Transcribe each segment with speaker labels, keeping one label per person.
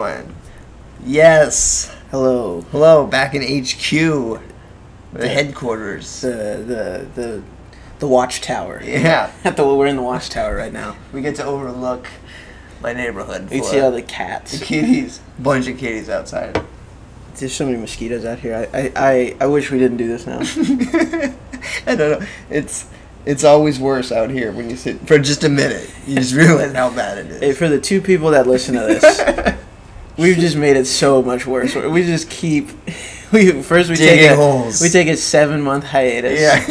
Speaker 1: One. Yes. Hello. Hello. Back in HQ, the headquarters.
Speaker 2: the the the the watchtower.
Speaker 1: Yeah.
Speaker 2: At the we're in the watchtower right now.
Speaker 1: We get to overlook my neighborhood.
Speaker 2: You
Speaker 1: for
Speaker 2: see all the
Speaker 1: the
Speaker 2: cats.
Speaker 1: kitties. Bunch of kitties outside.
Speaker 2: There's so many mosquitoes out here. I I, I, I wish we didn't do this now.
Speaker 1: I don't know. It's it's always worse out here when you sit for just a minute. You just realize how bad it is.
Speaker 2: hey, for the two people that listen to this, we've just made it so much worse. We just keep we first we
Speaker 1: Digging
Speaker 2: take a,
Speaker 1: holes.
Speaker 2: we take a seven month hiatus.
Speaker 1: yeah.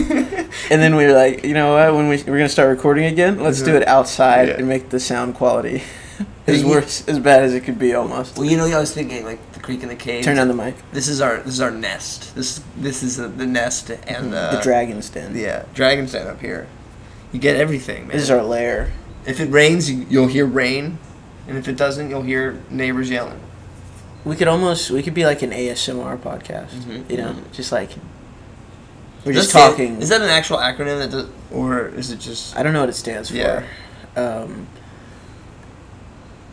Speaker 2: And then we were like, you know what? When we we're gonna start recording again, let's do it outside
Speaker 1: Yeah.
Speaker 2: and make the sound quality as
Speaker 1: Yeah.
Speaker 2: worse as bad as it could be almost.
Speaker 1: well, you know, I was thinking like the creek in the cave.
Speaker 2: Turn on the mic.
Speaker 1: This is our this is our nest. This this is the, the nest and the,
Speaker 2: the dragon's den.
Speaker 1: Yeah, dragon's den up here. You get everything, man.
Speaker 2: This is our lair.
Speaker 1: if it rains, you, you'll hear rain, and if it doesn't, you'll hear neighbors yelling.
Speaker 2: We could almost we could be like an ASMR podcast.
Speaker 1: Mhm.
Speaker 2: You know, just like we're
Speaker 1: Does
Speaker 2: just
Speaker 1: that stand-
Speaker 2: talking.
Speaker 1: is that an actual acronym that does, or is it just?
Speaker 2: I don't know what it stands for.
Speaker 1: Yeah.
Speaker 2: Um,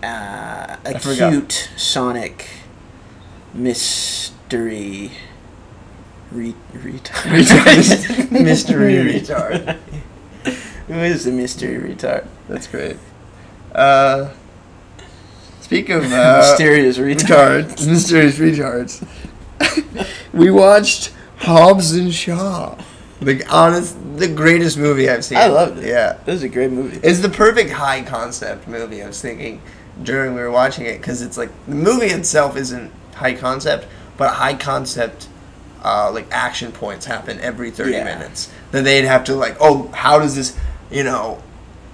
Speaker 2: uh,
Speaker 1: forgot.
Speaker 2: acute sonic mystery. Re- retard.
Speaker 1: Retard.
Speaker 2: mystery
Speaker 1: Retard.
Speaker 2: retard. Who is the mystery retard?
Speaker 1: That's great. Uh, speak of uh,
Speaker 2: Mysterious retard.
Speaker 1: retards, mysterious retards. we watched Hobbs and Shaw. The honest, the greatest movie I've seen.
Speaker 2: I loved it.
Speaker 1: Yeah,
Speaker 2: This is a great movie.
Speaker 1: it's the perfect high concept movie. I was thinking during we were watching it because it's like the movie itself isn't high concept, but high concept. Uh, like action points happen every 30
Speaker 2: Yeah.
Speaker 1: minutes then they'd have to like oh how does this you know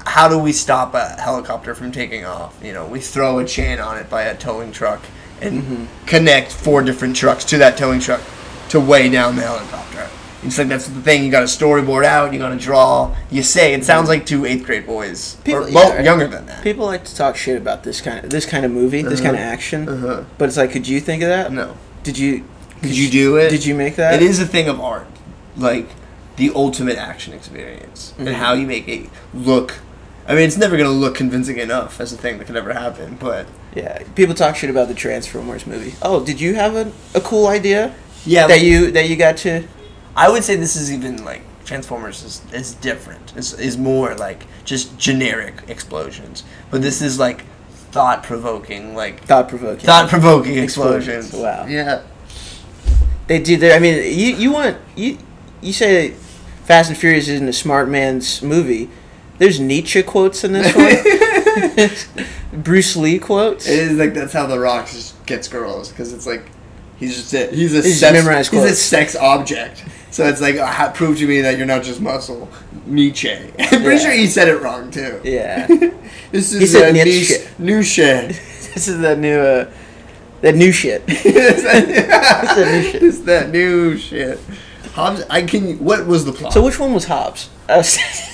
Speaker 1: how do we stop a helicopter from taking off you know we throw a chain on it by a towing truck and
Speaker 2: Mm-hmm.
Speaker 1: connect four different trucks to that towing truck to weigh down the helicopter it's like that's the thing you got to storyboard out you got to draw you say it sounds like two eighth grade boys or
Speaker 2: People-
Speaker 1: mo-
Speaker 2: yeah.
Speaker 1: younger than that
Speaker 2: People like to talk shit about this kind of this kind of movie, this kind of action.
Speaker 1: uh-huh.
Speaker 2: But it's like, could you think of that?
Speaker 1: no
Speaker 2: Did you?
Speaker 1: Could you do it?
Speaker 2: Did you make that?
Speaker 1: It is a thing of art, like the ultimate action experience,
Speaker 2: Mm-hmm.
Speaker 1: and how you make it look. I mean, it's never gonna look convincing enough as a thing that could ever happen, but
Speaker 2: Yeah, people talk shit about the Transformers movie. Oh, did you have a, a cool idea
Speaker 1: yeah,
Speaker 2: that you that you got to?
Speaker 1: I would say this is even like Transformers is, is different. Is is more like just generic explosions, but this is like thought provoking, like
Speaker 2: Thought provoking.
Speaker 1: thought provoking explosions.
Speaker 2: Explosions, wow.
Speaker 1: Yeah.
Speaker 2: They do. There. I mean, you you want you you say Fast and Furious isn't a smart man's movie. There's Nietzsche quotes in this one. Bruce Lee quotes.
Speaker 1: It is like that's how The Rock just gets girls because it's like he's just a, he's a
Speaker 2: He's
Speaker 1: sex
Speaker 2: memorized
Speaker 1: he's a
Speaker 2: quotes.
Speaker 1: sex object. So it's like uh, ha- prove to me that you're not just muscle, Nietzsche. I'm pretty
Speaker 2: Yeah.
Speaker 1: sure he said it wrong too.
Speaker 2: Yeah.
Speaker 1: this is
Speaker 2: said
Speaker 1: a
Speaker 2: Nietzsche.
Speaker 1: niche- Nietzsche.
Speaker 2: this is that new uh, that new shit.
Speaker 1: it's
Speaker 2: a new shit.
Speaker 1: It's that new shit. Hobbs, I can. What was the plot?
Speaker 2: So which one was Uh, Hobbs? I was-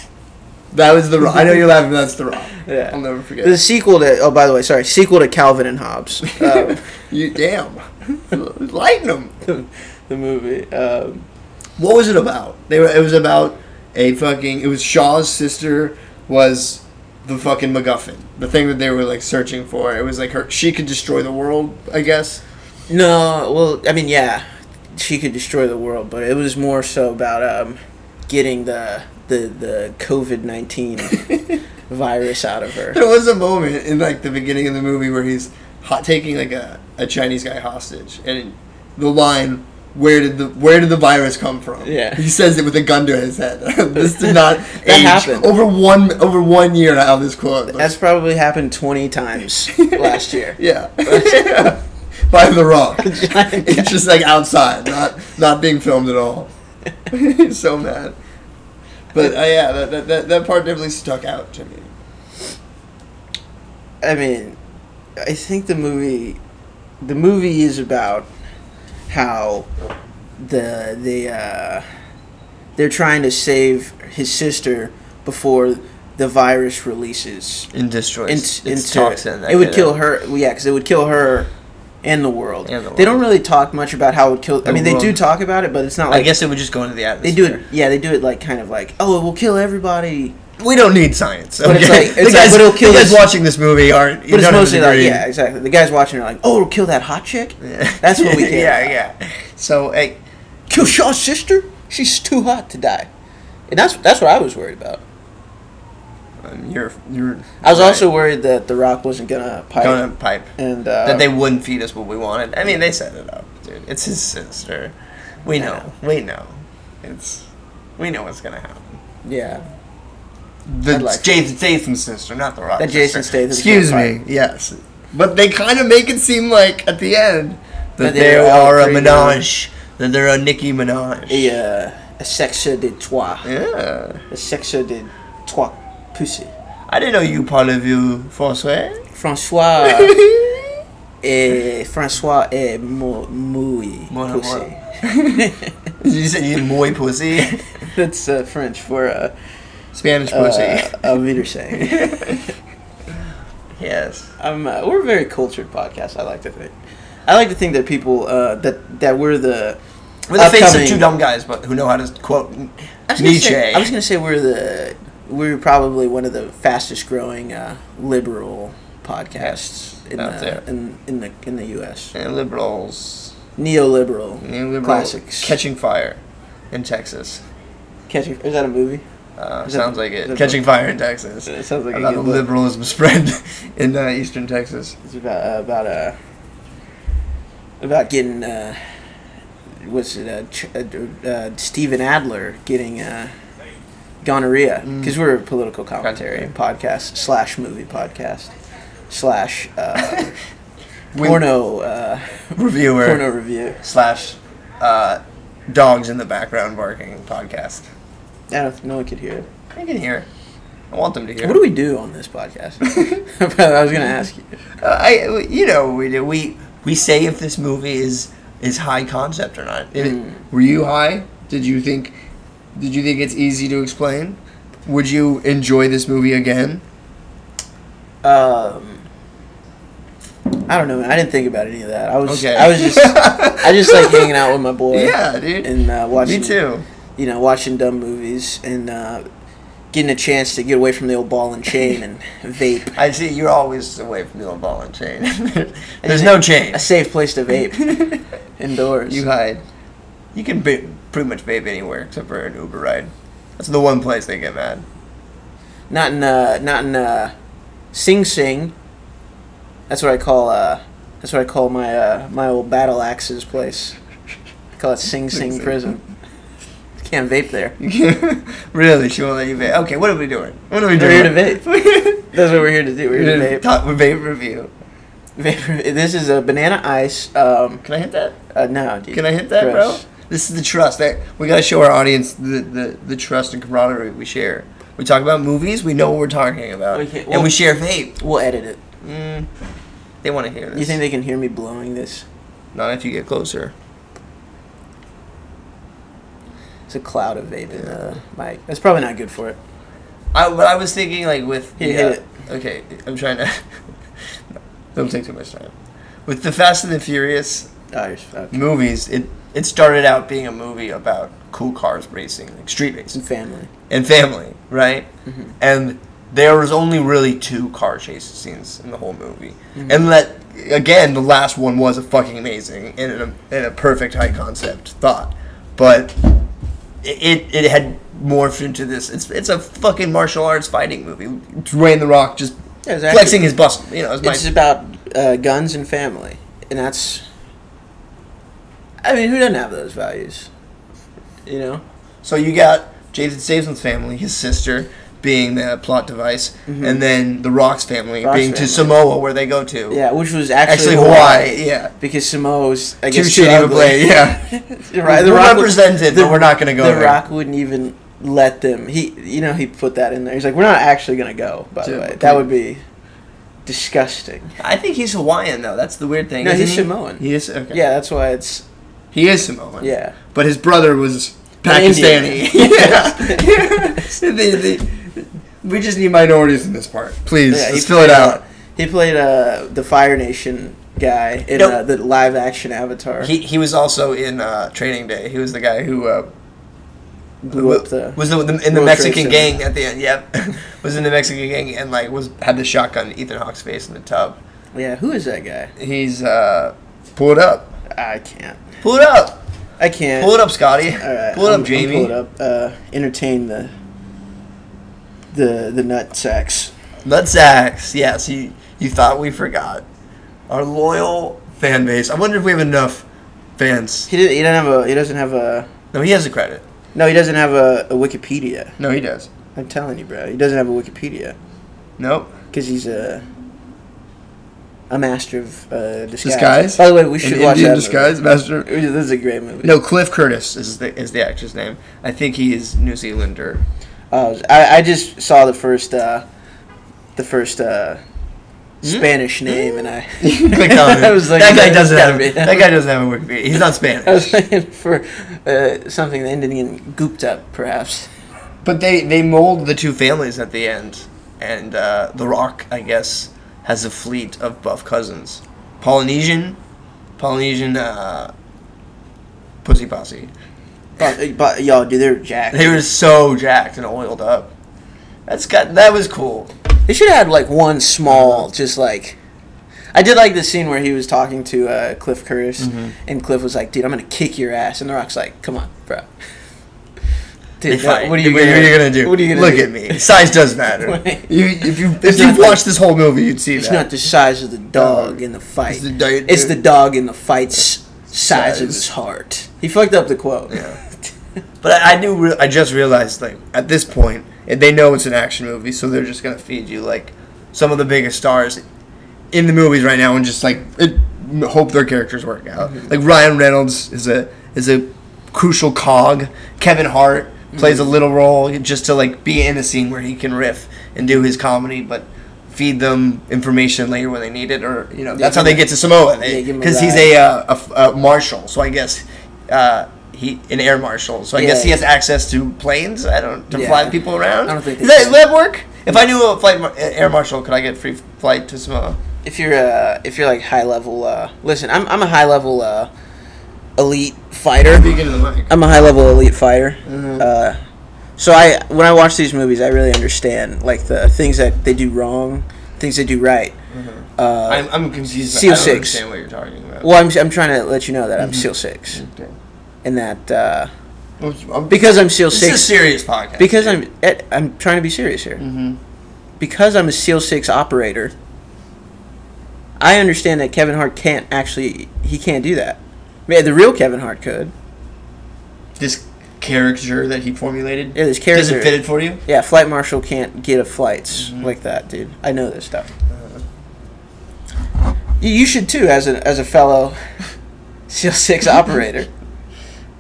Speaker 1: that was the. Rock. I know you're laughing. But that's the rock.
Speaker 2: Yeah.
Speaker 1: I'll never forget.
Speaker 2: the sequel to oh by the way sorry sequel to Calvin and Hobbes. Um,
Speaker 1: you damn. Lighten him.
Speaker 2: the, the movie. Um,
Speaker 1: What was it about? They were. It was about a fucking. It was Shaw's sister was the fucking MacGuffin, the thing that they were like searching for. It was like her. She could destroy the world. I guess.
Speaker 2: no, well, I mean, yeah, she could destroy the world, but it was more so about um, getting the the the COVID nineteen virus out of her.
Speaker 1: There was a moment in like the beginning of the movie where he's hot taking like a, a Chinese guy hostage, and the line. Where did the where did the virus come from?
Speaker 2: Yeah.
Speaker 1: he says it with a gun to his head. this did not
Speaker 2: That
Speaker 1: age.
Speaker 2: happened.
Speaker 1: over one over one year. Now this quote.
Speaker 2: That's probably happened twenty times last year.
Speaker 1: Yeah. By the rock. it's just like outside, not not being filmed at all. so mad. But uh, yeah, that, that, that, that part definitely stuck out to me.
Speaker 2: I mean, I think the movie, the movie is about how the the uh, they're trying to save his sister before the virus releases.
Speaker 1: And destroys.
Speaker 2: Into, into- it would kill her. well, Yeah, because it would kill her and the world.
Speaker 1: And the
Speaker 2: They don't
Speaker 1: world.
Speaker 2: really talk much about how it would kill.
Speaker 1: The
Speaker 2: I mean, they do
Speaker 1: world.
Speaker 2: talk about it, but it's not like
Speaker 1: it would just go into the
Speaker 2: they
Speaker 1: atmosphere.
Speaker 2: do it. Yeah, they do it like kind of like oh, it will kill everybody.
Speaker 1: we don't need science.
Speaker 2: But it's like-
Speaker 1: the
Speaker 2: it's like,
Speaker 1: guys,
Speaker 2: but it'll kill
Speaker 1: the guys
Speaker 2: this-
Speaker 1: watching this movie aren't.
Speaker 2: But it's
Speaker 1: don't
Speaker 2: mostly like,
Speaker 1: agree.
Speaker 2: yeah, exactly. The guys watching are like, oh, it'll kill that hot chick? That's what we care
Speaker 1: yeah,
Speaker 2: about.
Speaker 1: yeah. So, hey,
Speaker 2: Kill Shaw's sister? She's too hot to die. And that's that's what I was worried about.
Speaker 1: um, you're you're.
Speaker 2: I was
Speaker 1: right.
Speaker 2: also worried that The Rock wasn't gonna pipe,
Speaker 1: gonna pipe
Speaker 2: and uh,
Speaker 1: that they wouldn't feed us what we wanted. I mean, they set it up, dude. It's his sister. We know. We know. It's we know what's gonna happen.
Speaker 2: yeah,
Speaker 1: The
Speaker 2: I'd like
Speaker 1: Jason Statham's sister, not the Rock.
Speaker 2: That Jason
Speaker 1: sister.
Speaker 2: Statham's
Speaker 1: Excuse
Speaker 2: gonna
Speaker 1: me. Yes, but they kind of make it seem like at the end that
Speaker 2: That
Speaker 1: they
Speaker 2: they were all
Speaker 1: are a
Speaker 2: pretty
Speaker 1: Minaj. That they're a Nicki Minaj.
Speaker 2: a uh, a sexe de trois,
Speaker 1: Yeah.
Speaker 2: a sexe de trois pussy.
Speaker 1: I didn't know you parle vieux français.
Speaker 2: Francois et Francois est mo- muy
Speaker 1: Mon
Speaker 2: pussy.
Speaker 1: you said you muy pussy.
Speaker 2: That's uh, French for uh,
Speaker 1: Spanish pussy.
Speaker 2: uh, a meter saying.
Speaker 1: yes.
Speaker 2: um, uh, we're a very cultured podcast. I like to think. I like to think that people uh, that that we're the
Speaker 1: We're the face of
Speaker 2: upcoming-
Speaker 1: two dumb guys, but who know how to quote
Speaker 2: I was gonna
Speaker 1: Nietzsche.
Speaker 2: Say, I was gonna say we're the we're probably one of the fastest growing uh, liberal podcasts in
Speaker 1: out
Speaker 2: the
Speaker 1: there.
Speaker 2: in in the in the U.S.
Speaker 1: And liberals,
Speaker 2: Neoliberal,
Speaker 1: neoliberal
Speaker 2: classics.
Speaker 1: catching fire in Texas.
Speaker 2: Catch- is that a movie?
Speaker 1: Uh,
Speaker 2: Is that-
Speaker 1: sounds like it.
Speaker 2: is that-
Speaker 1: Catching fire in Texas.
Speaker 2: It sounds like a
Speaker 1: about
Speaker 2: good
Speaker 1: the
Speaker 2: book.
Speaker 1: liberalism spread in uh, eastern Texas.
Speaker 2: It's about uh, about uh about getting uh what's it uh, Ch- uh, uh Steven Adler getting uh gonorrhea
Speaker 1: Mm.
Speaker 2: because we're a political commentary podcast slash movie podcast slash uh
Speaker 1: When-
Speaker 2: porno uh
Speaker 1: reviewer
Speaker 2: porno review.
Speaker 1: slash uh, dogs in the background barking podcast.
Speaker 2: I don't no one could hear it.
Speaker 1: I can hear. it. I want them to hear.
Speaker 2: What do we do on this podcast? I was gonna ask you.
Speaker 1: Uh, I, you know, we do. We we say if this movie is is high concept or not. If-
Speaker 2: Mm.
Speaker 1: Were you high? Did you think? Did you think it's easy to explain? Would you enjoy this movie again?
Speaker 2: Um, I don't know. man. I didn't think about any of that. I was
Speaker 1: Okay.
Speaker 2: I was just I just like hanging out with my boy.
Speaker 1: yeah, dude.
Speaker 2: and uh, watching
Speaker 1: Me too.
Speaker 2: you know watching dumb movies and uh, getting a chance to get away from the old ball and chain and vape.
Speaker 1: I see you're always away from the old ball and chain. There's no chain.
Speaker 2: A safe place to vape indoors.
Speaker 1: You hide. You can ba- pretty much vape anywhere except for an Uber ride. That's the one place they get mad.
Speaker 2: not in uh, not in uh, Sing Sing. That's what I call uh, that's what I call my uh, my old battle axes place. I call it Sing
Speaker 1: Sing
Speaker 2: Sing,
Speaker 1: Sing.
Speaker 2: Prison. Can't vape there.
Speaker 1: You can't- really, she won't let you vape. Okay, what are we doing? What are we
Speaker 2: We're
Speaker 1: doing?
Speaker 2: here to
Speaker 1: vape.
Speaker 2: That's what we're here to do. We're here to vape.
Speaker 1: Top vape review.
Speaker 2: vape. This is a banana ice. Um,
Speaker 1: Can I hit that?
Speaker 2: uh, no, dude.
Speaker 1: Can I hit that,
Speaker 2: Gross.
Speaker 1: bro? This is the trust that we gotta show our audience the, the, the trust and camaraderie we share. We talk about movies, we know what we're talking about,
Speaker 2: We can't-
Speaker 1: and
Speaker 2: well-
Speaker 1: we share vape.
Speaker 2: We'll edit it.
Speaker 1: Mm, they want to hear this.
Speaker 2: You think they can hear me blowing this?
Speaker 1: Not if you get closer.
Speaker 2: It's a cloud of vape in the mic. That's probably not good for it.
Speaker 1: I, but I was thinking like with uh,
Speaker 2: Here, hit it.
Speaker 1: Okay, I'm trying to. don't take too much time. With the Fast and the Furious
Speaker 2: Oh, you're s- okay.
Speaker 1: movies, it it started out being a movie about cool cars racing, like street
Speaker 2: Some
Speaker 1: racing,
Speaker 2: family.
Speaker 1: and family, right?
Speaker 2: Mm-hmm.
Speaker 1: And there was only really two car chase scenes in the whole movie,
Speaker 2: Mm-hmm.
Speaker 1: and that again, the last one was a fucking amazing and a, and a perfect high concept thought, but it it had morphed into this. It's it's a fucking martial arts fighting movie. Dwayne the Rock just
Speaker 2: Yeah, it's actually-
Speaker 1: flexing his bust. You know, his
Speaker 2: It's
Speaker 1: mic.
Speaker 2: about uh, guns and family, and that's. I mean, who doesn't have those values? You know,
Speaker 1: so you got Jason Statham's family, his sister being the plot device, and then the Rock's family
Speaker 2: Mm-hmm. Rock's
Speaker 1: being to
Speaker 2: family.
Speaker 1: Samoa where they go to.
Speaker 2: yeah, which was
Speaker 1: actually
Speaker 2: actually,
Speaker 1: Hawaii. Yeah.
Speaker 2: because Samoa's I
Speaker 1: Too
Speaker 2: guess too
Speaker 1: shitty of a
Speaker 2: ugly.
Speaker 1: play. Yeah.
Speaker 2: You're right,
Speaker 1: We're
Speaker 2: would-
Speaker 1: represented, but we're not gonna go
Speaker 2: The
Speaker 1: there.
Speaker 2: Rock wouldn't even let them. He, you know, he put that in there. He's like, we're not actually gonna go. By
Speaker 1: Yeah,
Speaker 2: the way,
Speaker 1: but
Speaker 2: that
Speaker 1: we-
Speaker 2: would be disgusting.
Speaker 1: I think he's Hawaiian though. That's the weird thing.
Speaker 2: No,
Speaker 1: isn't
Speaker 2: he's
Speaker 1: he?
Speaker 2: Samoan.
Speaker 1: He is. Okay.
Speaker 2: Yeah, that's why it's
Speaker 1: He is Samoan.
Speaker 2: yeah.
Speaker 1: But his brother was
Speaker 2: An Indian.
Speaker 1: Pakistani. yeah. The- the- we just need minorities in this part, please.
Speaker 2: Yeah,
Speaker 1: Let's fill it
Speaker 2: played,
Speaker 1: out.
Speaker 2: uh, he played uh, the Fire Nation guy in
Speaker 1: Nope.
Speaker 2: uh, the live action Avatar.
Speaker 1: He he was also in uh, Training Day. He was the guy who uh,
Speaker 2: blew up the
Speaker 1: was the, the in the
Speaker 2: World
Speaker 1: Mexican
Speaker 2: Trade
Speaker 1: gang
Speaker 2: Center.
Speaker 1: at the end. Yep, was in the Mexican gang and like was had the shotgun in Ethan Hawke's face in the tub.
Speaker 2: yeah. Who is that guy?
Speaker 1: He's uh, pull it up,
Speaker 2: I can't.
Speaker 1: pull it up,
Speaker 2: I can't.
Speaker 1: pull it up, Scotty,
Speaker 2: All right,
Speaker 1: pull it
Speaker 2: I'm-
Speaker 1: up,
Speaker 2: I'm
Speaker 1: Jamie.
Speaker 2: Pull it up. Uh, entertain the the the nut sacks.
Speaker 1: Nutsacks. Yes, you you thought we forgot our loyal fan base. I wonder if we have enough fans.
Speaker 2: He did, he doesn't have a he doesn't have a
Speaker 1: No, he has a credit.
Speaker 2: no he doesn't have a, a Wikipedia.
Speaker 1: No, he does.
Speaker 2: I'm telling you, bro. He doesn't have a Wikipedia
Speaker 1: Nope.
Speaker 2: because he's a a master of uh, disguise.
Speaker 1: Disguise?
Speaker 2: By the way, we should
Speaker 1: An
Speaker 2: watch
Speaker 1: Indian
Speaker 2: that
Speaker 1: disguise master.
Speaker 2: Movie. This is a great movie.
Speaker 1: No, Cliff Curtis is the is the actor's name. I think he is New Zealander.
Speaker 2: Uh, I, I just saw the first uh, the first uh, Spanish name, and I
Speaker 1: Click on it.
Speaker 2: I was like,
Speaker 1: Hmm? that guy
Speaker 2: "That's
Speaker 1: doesn't
Speaker 2: gotta
Speaker 1: have
Speaker 2: be-
Speaker 1: that guy doesn't have a Wikipedia. He's not
Speaker 2: I
Speaker 1: Spanish.
Speaker 2: was looking for uh, something that ended in Gupta, perhaps.
Speaker 1: But they they mold the two families at the end, and uh, The Rock, I guess, has a fleet of buff cousins, Polynesian, Polynesian uh, pussy posse.
Speaker 2: But, uh, but y'all, dude, they're jacked.
Speaker 1: They were so jacked and oiled up. That's got that was cool.
Speaker 2: They should have had like one small, just like. I did like the scene where he was talking to uh, Cliff Curtis,
Speaker 1: Mm-hmm.
Speaker 2: and Cliff was like, "Dude, I'm gonna kick your ass," and The Rock's like, "Come on, bro."
Speaker 1: They
Speaker 2: Dude, no,
Speaker 1: fight.
Speaker 2: what are you
Speaker 1: what
Speaker 2: gonna,
Speaker 1: are you gonna do?
Speaker 2: What are you gonna
Speaker 1: Look
Speaker 2: do?
Speaker 1: at me. Size does matter.
Speaker 2: Wait.
Speaker 1: you, if you
Speaker 2: It's
Speaker 1: if you've
Speaker 2: not like-
Speaker 1: watched this whole movie, you'd see
Speaker 2: It's
Speaker 1: that.
Speaker 2: not the size of the dog in the fight.
Speaker 1: It's the di-
Speaker 2: It's the dog in the fight's size,
Speaker 1: Size.
Speaker 2: of his heart. He fucked up the quote.
Speaker 1: Yeah. But I, I do. Re- I just realized, like, at this point, and they know it's an action movie, so they're just gonna feed you like some of the biggest stars in the movies right now, and just like it, hope their characters work out.
Speaker 2: Mm-hmm.
Speaker 1: Like Ryan Reynolds is a is a crucial cog. Kevin Hart plays
Speaker 2: Mm-hmm.
Speaker 1: a little role just to like be in a scene where he can riff and do his comedy, but feed them information later when they need it, or you know that's how
Speaker 2: give
Speaker 1: they
Speaker 2: him-
Speaker 1: get to Samoa
Speaker 2: yeah, give him a
Speaker 1: because he's
Speaker 2: ride.
Speaker 1: a a, uh, a, a marshal, so I guess uh, he an air marshal. So I guess
Speaker 2: Yeah.
Speaker 1: he has access to planes. I don't to
Speaker 2: Yeah.
Speaker 1: fly people around.
Speaker 2: I don't think
Speaker 1: Does
Speaker 2: they
Speaker 1: that,
Speaker 2: can.
Speaker 1: that work? If I knew a flight mar- a- air marshal, could I get free flight to Samoa?
Speaker 2: If you're uh, if you're like high level, uh, listen, I'm I'm a high level uh, elite fighter.
Speaker 1: of the mic.
Speaker 2: I'm a high level elite fighter.
Speaker 1: Mm-hmm.
Speaker 2: Uh, so I when I watch these movies, I really understand like the things that they do wrong, things they do right.
Speaker 1: Mm-hmm.
Speaker 2: Uh,
Speaker 1: I'm, I'm confused.
Speaker 2: Seal
Speaker 1: I don't
Speaker 2: six.
Speaker 1: understand what you're talking about.
Speaker 2: well, I'm I'm trying to let you know that
Speaker 1: Mm-hmm.
Speaker 2: I'm SEAL Six,
Speaker 1: Okay.
Speaker 2: and that uh,
Speaker 1: I'm-
Speaker 2: because I'm SEAL
Speaker 1: this
Speaker 2: Six,
Speaker 1: is a serious podcast.
Speaker 2: because I'm at, I'm trying to be serious here.
Speaker 1: Mm-hmm.
Speaker 2: Because I'm a SEAL Six operator, I understand that Kevin Hart can't actually he can't do that. Man, the real Kevin Hart could.
Speaker 1: this character that he formulated.
Speaker 2: Yeah, this
Speaker 1: doesn't
Speaker 2: character-
Speaker 1: fit it for you.
Speaker 2: Yeah, flight marshal can't get a flights
Speaker 1: Mm-hmm.
Speaker 2: like that, dude. I know this stuff. You, you should too, as a as a fellow SEAL Six operator.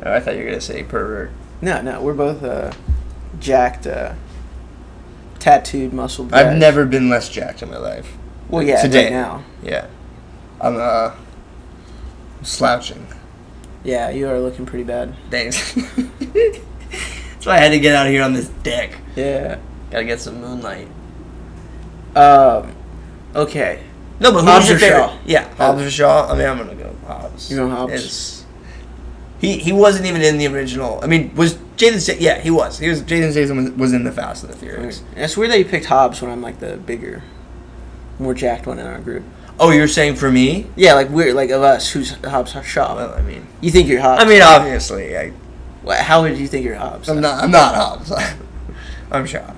Speaker 1: Oh, I thought you were gonna say pervert.
Speaker 2: No, no, we're both uh, jacked, uh, tattooed, muscled.
Speaker 1: I've
Speaker 2: guys.
Speaker 1: never been less jacked in my life.
Speaker 2: Well, yeah,
Speaker 1: today.
Speaker 2: right now.
Speaker 1: Yeah, I'm uh slouching.
Speaker 2: Yeah, you are looking pretty bad.
Speaker 1: Thanks. so I had to get out here on this deck.
Speaker 2: Yeah.
Speaker 1: Gotta get some moonlight.
Speaker 2: Um, okay.
Speaker 1: No, but who's
Speaker 2: Hobbs
Speaker 1: your
Speaker 2: or
Speaker 1: favorite?
Speaker 2: Shaw?
Speaker 1: Yeah, Hobbs or Shaw. I mean, I'm gonna go Hobbs.
Speaker 2: You're going Hobbs?
Speaker 1: It's- he he wasn't even in the original. I mean, was Jason? Sta- yeah, he was. He was. Jason Statham was, was in the Fast and the Furious.
Speaker 2: It's weird that you picked Hobbs when I'm like the bigger, more jacked one in our group.
Speaker 1: Oh, you're saying for me?
Speaker 2: Yeah, like we're like of us, who's Hobbs Shaw?
Speaker 1: Well, I mean,
Speaker 2: You think you're Hobbs?
Speaker 1: I mean, Um, obviously, I,
Speaker 2: Wha- how would you think you're Hobbs?
Speaker 1: I'm not. I'm not Hobbs. I'm Shaw.